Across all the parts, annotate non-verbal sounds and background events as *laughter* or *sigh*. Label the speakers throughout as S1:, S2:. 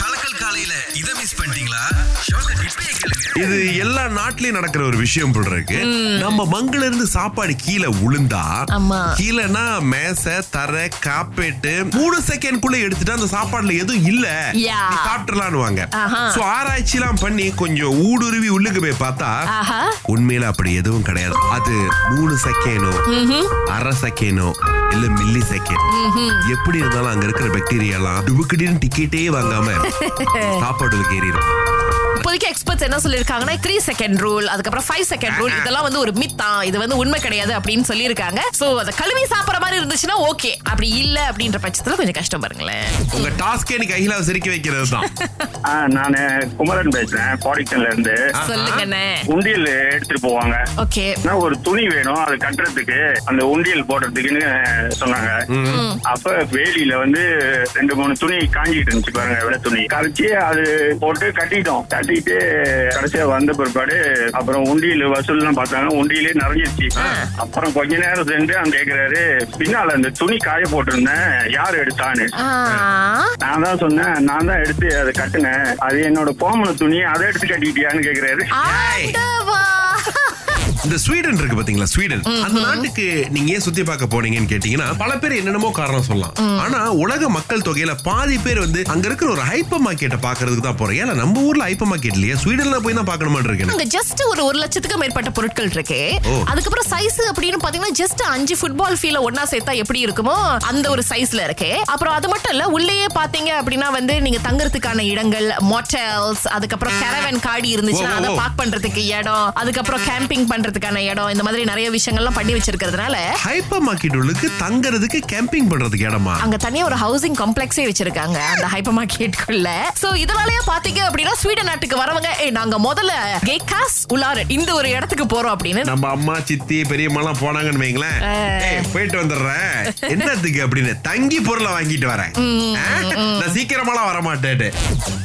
S1: கலக்கல் காலையில இத மிஸ் பண்ணிட்டீங்களா ஷோக்க இப்பயே கேளுங்க
S2: இது எல்லா நாட்டிலயும் நடக்கிற ஒரு விஷயம் போல இருக்கு நம்ம மங்குல இருந்து சாப்பாடு கீழே உளுந்தா
S3: ஆமா.
S2: கீழேனா மேசை தரை காப்பேட்டு மூணு செகண்ட் குள்ள எடுத்துட்டு அந்த சாப்பாடுல எதுவும் இல்ல
S3: Yeah.
S2: நீ சாப்பிட்டுலான்னு வாங்க
S3: ஆஹா.
S2: சோ ஆராய்ச்சி எல்லாம் பண்ணி கொஞ்சம் ஊடுருவி உள்ளுக்கு போய் பார்த்தா
S3: ஆஹா.
S2: உண்மையில அப்படி எதுவும் கிடையாது அது மூணு செகண்டோ அரை செகண்டோ இல்ல மில்லி செகண்ட் எப்படி இருந்தாலும் அங்க இருக்கிற பாக்டீரியா எல்லாம் டுபுக்கிடின்னு டிக்கெட்டே
S3: *laughs*
S2: வாங்காம சாப்பாடுக்கு ஏறிடும்
S3: இப்போதைக்கு எக்ஸ்பர்ட்ஸ் என்ன சொல்லியிருக்காங்கன்னா த்ரீ செகண்ட் ரூல் அதுக்கப்புறம் ஃபைவ் செகண்ட் ரூல் இதெல்லாம் வந்து ஒரு மித்தா இது வந்து உண்மை கிடையாது அப்படின்னு சொல்லியிருக்காங்க சோ அதை கழுவி சாப்பிட்ற மாதிரி இருந்துச்சுன்னா ஓகே அப்படி இல்ல அப்படின்ற பட்சத்துல கொஞ்சம் கஷ்டம் பாருங்களேன்
S2: உங்க டாஸ்கே நீ கையில சிரிக்க வைக்கிறது தான்
S4: ஆ நானு குமரன் பேசுறேன் பாடிக்டன்ல இருந்து
S3: சொல்லுங்கண்ணே
S4: உண்டியல் எடுத்துட்டு போவாங்க
S3: ஓகே
S4: ஆனா ஒரு துணி வேணும் அது கட்டுறதுக்கு அந்த உண்டியல் போடுறதுக்குன்னு சொன்னாங்க அப்ப வேலியில வந்து ரெண்டு மூணு துணி காஞ்சிட்டு இருந்துச்சு பாருங்க வெள்ளை துணி கரைச்சி அது போட்டு கட்டிட்டோம் கட்டிட்டு கடைசியா வந்த பிற்பாடு அப்புறம் உண்டியல் வசூல்லாம் பார்த்தாங்க உண்டியலே நிறைஞ்சிருச்சு அப்புறம் கொஞ்ச நேரம் சென்று அந்த கேக்குறாரு பின்னால அந்த துணி காய போட்டிருந்தேன் யார் எடுத்தான்னு நான் தான் சொன்னேன் நான் தான் எடுத்து அதை கட்டினேன் அது என்னோட போமன துணி அதை எடுத்து கட்டிட்டியான்னு கேக்குறாரு
S3: ஆண்டவா
S2: இந்த ஸ்வீடன் இருக்கு பாத்தீங்களா ஸ்வீடன் அந்த நாட்டுக்கு நீங்க ஏன் சுத்தி பார்க்க போனீங்கன்னு கேட்டீங்கன்னா பல பேர் என்னென்னமோ காரணம் சொல்லலாம் ஆனா உலக மக்கள் தொகையில பாதி பேர் வந்து அங்க இருக்கிற ஒரு ஹைப்பர் மார்க்கெட்டை பாக்குறதுக்கு தான் போறோம் ஏன்னா நம்ம ஊர்ல ஹைப்பர் மார்க்கெட் இல்லையா ஸ்வீடன்ல போய் தான் பார்க்கணுமான்னு இருக்கேன்
S3: அங்க ஜஸ்ட் ஒரு ஒரு லட்சத்துக்கு மேற்பட்ட பொருட்கள் இருக்கு
S2: ஓ.
S3: அதுக்கப்புறம் சைஸ் அப்படின்னு பாத்தீங்கன்னா ஜஸ்ட் அஞ்சு ஃபுட்பால் ஃபீல ஒண்ணா சேர்த்தா எப்படி இருக்குமோ அந்த ஒரு சைஸ்ல இருக்கு அப்புறம் அது மட்டும் இல்ல உள்ளேயே பாத்தீங்க அப்படின்னா வந்து நீங்க தங்குறதுக்கான இடங்கள் மோட்டல்ஸ் அதுக்கப்புறம் கேரவன் காடி இருந்துச்சுன்னா
S2: ஓ, ஓ,
S3: அதை
S2: ஓ.
S3: பார்க் பண்றதுக்கு இடம் அதுக்கப்புறம் கேம்பிங் பண்றதுக்கான இடம் இந்த மாதிரி நிறைய விஷயங்கள்லாம் பண்ணி வச்சிருக்கிறதுனால
S2: ஹைப்பர் மார்க்கெட் உள்ளுக்கு தங்கறதுக்கு கேம்பிங் பண்றதுக்கு இடமா
S3: அங்க தனியா ஒரு ஹவுசிங் காம்ப்ளெக்ஸே வச்சிருக்காங்க அந்த ஹைப்பர் மார்க்கெட்டுக்குள்ள சோ இதனாலயே பாத்தீங்க அப்படின்னா ஸ்வீடன் நாட்டுக்கு வரவங்க ஏய் நாங்க முதல்ல கேக்காஸ் உலாறு இந்த ஒரு இடத்துக்கு போறோம் அப்படின்னு
S2: நம்ம அம்மா சித்தி பெரியம்மா எல்லாம் போனாங்கன்னு வைங்களேன் ஏய், போயிட்டு வந்துடுறேன் என்னத்துக்கு அப்படின்னு தங்கி பொருளை வாங்கிட்டு வரேன் ஆ? நான் சீக்கிரமாலாம் வர மாட்டேன்னு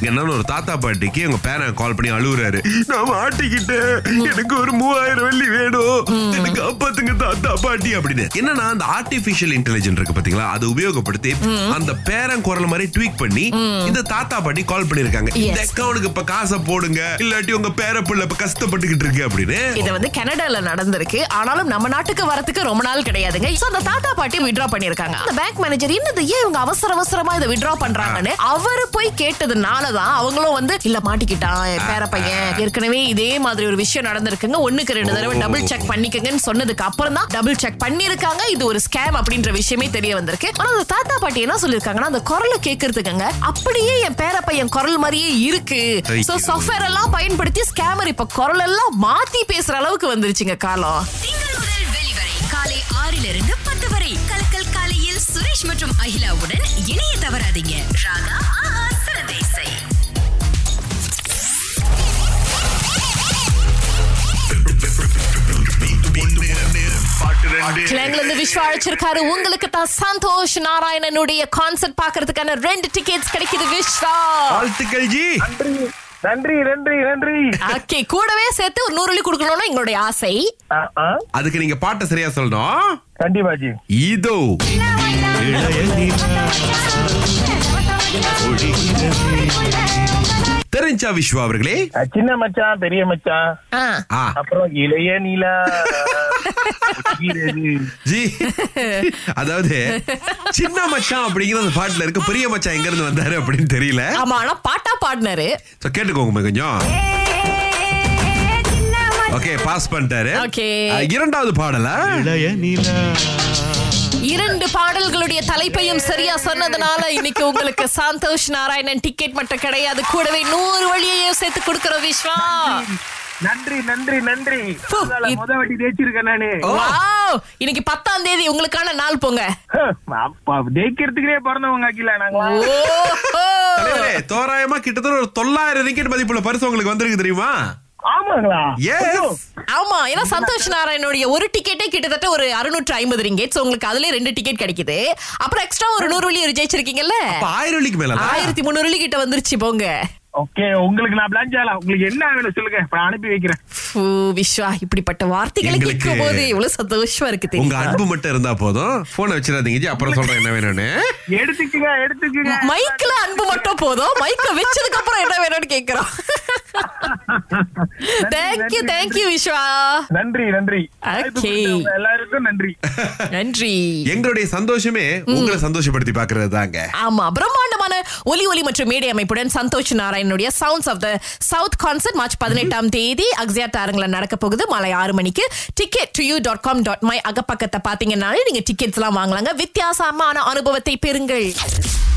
S2: என்னன்னு ஒரு தாத்தா பாட்டிக்கு எங்க பேரன் கால் பண்ணி அழுகுறாரு நான் மாட்டிக்கிட்டேன் எனக்கு ஒரு மூவாயிரம் வெள்ளி வேணும் எனக்கு காப்பாத்துங்க தாத்தா பாட்டி அப்படின்னு என்னன்னா அந்த ஆர்டிபிஷியல் இன்டெலிஜென்ட் இருக்கு பாத்தீங்களா அதை உபயோகப்படுத்தி அந்த பேரன் குரல் மாதிரி ட்வீக் பண்ணி இந்த தாத்தா பாட்டி கால் பண்ணிருக்காங்க இந்த
S3: Yes.
S2: அக்கௌண்ட்டுக்கு இப்ப காசை போடுங்க இல்லாட்டி உங்க பேர பிள்ளை இப்ப கஷ்டப்பட்டுக்கிட்டு இருக்கு அப்படின்னு
S3: இது வந்து கனடால நடந்திருக்கு ஆனாலும் நம்ம நாட்டுக்கு வரதுக்கு ரொம்ப நாள் கிடையாதுங்க சோ அந்த தாத்தா பாட்டி வித்ட்ரா பண்ணிருக்காங்க அந்த பேங்க் மேனேஜர் என்னது ஏன் இவங்க அவசர அவசரமா இதை வித்ட்ரா பண்றாங்கன்னு அவரு போய் கேட்டதுனால தான் அவங்களும் வந்து இல்ல மாட்டிக்கிட்டான் என் பேர பையன் ஏற்கனவே இதே மாதிரி ஒரு விஷயம் நடந்திருக்குங்க ஒண்ணுக்கு ரெண்டு தடவை
S2: ஓ.
S3: டபுள் செக் பண்ணிக்கங்கன்னு சொன்னதுக்கு அப்புறம் தான் டபுள் செக் பண்ணிருக்காங்க இது ஒரு ஸ்கேம் அப்படின்ற விஷயமே தெரிய வந்திருக்கு ஆனா அந்த தாத்தா பாட்டி என்ன சொல்லிருக்காங்கன்னா அந்த குரலை கேக்குறதுக்குங்க அப்படியே என் பேர பையன் குரல் மாதிரியே இருக்கு சோ
S2: ஐயோ.
S3: சாஃப்ட்வேர் எல்லாம் பயன்படுத்தி ஸ்கேமர் இப்ப குரல் எல்லாம் மாத்தி பேசுற அளவுக்கு வந்துருச்சுங்க காலம்
S5: திங்கள் முதல் வெளிவரை காலை ஆறிலிருந்து பத்து வரை கலக்கல் காலையில் சுரேஷ் மற்றும் அகிலாவுடன் இணைய தவறாதீங்க ராகா ஆஹா சரதேசை
S3: கிளங்ல இருந்து விஸ்வா அழைச்சிருக்காரு உங்களுக்கு தான் சந்தோஷ் நாராயணனுடைய கான்சர்ட் பாக்குறதுக்கான ரெண்டு டிக்கெட்ஸ் கிடைக்குது விஸ்வா
S2: வாழ்த்துக்கள் ஜி
S6: நன்றி நன்றி நன்றி
S3: ஓகே கூடவே சேர்த்து ஒரு நூறு கொடுக்கணும்னு எங்களுடைய ஆசை
S6: ஆ, ஆ,
S2: அதுக்கு நீங்க பாட்டை சரியா சொல்லணும்
S6: கண்டிப்பா ஜி
S2: இதோ தெரிஞ்சா விஸ்வா அவர்களே
S6: ஆ, சின்ன மச்சான் பெரிய மச்சான்
S3: ஆ.
S2: ஆ
S6: அப்புறம் இளைய நீலா புரிகிறது.
S2: ஜி அதாவது சின்ன மச்சான் அப்படிங்கிற அந்த பாட்டுல இருக்க பெரிய மச்சான் எங்க இருந்து வந்தாரு அப்படின்னு தெரியல
S3: ஆமா ஆனா பாட்டா பாடினாரு
S2: So, கேட்டுக்கோங்க கொஞ்சம் ஓகே பாஸ் பண்ணிட்டாரு
S3: Okay.
S2: அஹ், இரண்டாவது பாடல
S3: இரண்டு பாடல்களுடைய தலைப்பையும் சரியா சொன்னதுனால இன்னைக்கு உங்களுக்கு சந்தோஷ் நாராயணன் டிக்கெட் மட்டும் கிடையாது கூடவே நூறு வழியையும் சேர்த்து கொடுக்கிறோம் விஸ்வா
S6: நன்றி நன்றி நன்றி
S3: பு,
S6: உங்களால
S3: இப்-
S6: முத வாட்டி ஜெயிச்சிருக்கேன் நானு
S3: Wow! இன்னைக்கு பத்தாம் தேதி உங்களுக்கான நாள்
S2: *laughs*
S3: போங்க
S6: அப்பா, ஜெயிக்கிறதுக்குனே பிறந்தவங்க அகிலா நாங்களா
S3: ஓஹோ!
S2: தலைவரே, தோராயமா கிட்டத்தட்ட ஒரு தொள்ளாயிரம் ரிக்கெட் மதிப்புள்ள பரிசு உங்களுக்கு வந்திருக்கு தெரியுமா
S6: ஆமாங்களா
S2: எஸ்
S3: ஆமா ஏன்னா சந்தோஷ் நாராயணனுடைய ஒரு டிக்கெட்டே கிட்டத்தட்ட ஒரு அறுநூற்று ஐம்பது ரிங்கெட் உங்களுக்கு அதுலயே ரெண்டு டிக்கெட் கிடைக்குது அப்புறம் எக்ஸ்ட்ரா ஒரு நூறு வழி ஒரு ஜெயிச்சிருக்கீங்கல்ல
S2: ஆயிரம் வெள்ளிக்கு மேல
S3: ஆயிரத்தி முந்நூறு கிட்ட வந்துருச்சு போங்க
S6: ஓகே உங்களுக்கு நான் பிளான் செய்யலாம் உங்களுக்கு என்ன வேணும் சொல்லுங்க இப்ப நான் அனுப்பி வைக்கிறேன்
S3: ஃபூ, விஸ்வா இப்படிப்பட்ட வார்த்தைகளை
S2: எங்களுக்கு-
S3: கேட்கும் போது எவ்வளவு சந்தோஷமா இருக்கு
S2: உங்க
S3: தெரியும்
S2: அன்பு மட்டும் இருந்தா போதும் போனை வச்சிடாதீங்க ஜி அப்புறம் சொல்றேன் என்ன வேணும்னு
S6: எடுத்துக்கங்க எடுத்துக்கங்க
S3: மைக்ல அன்பு மட்டும் போதும் மைக்க வச்சதுக்கு அப்புறம் என்ன வேணும்னு கேக்குறோம் தேங்க்யூ தேங்க்யூ விஸ்வா
S6: நன்றி நன்றி வாய்ப்பு
S3: Okay.
S6: கொடுத்த உங்க எல்லாருக்கும் நன்றி
S3: நன்றி
S2: எங்களுடைய சந்தோஷமே உங்களை சந்தோஷப்படுத்தி பாக்குறது தாங்க
S3: ஆமா பிரம்மாண்டமான ஒலி ஒலி மற்றும் மேடை அமைப்புடன் சந்தோஷ் நாராயணனுடைய sounds of the south concert March பதினெட்டாம் தேதி அக்ஸியா தாரங்கில் நடக்க போகுது மாலை ஆறு மணிக்கு ticket to you dot com dot my அகப்பக்கத்தை பாத்தீங்கன்னாலே நீங்க டிக்கெட்ஸ் எல்லாம் வாங்கலாங்க வித்தியாசமான அனுபவத்தை பெறுங்கள்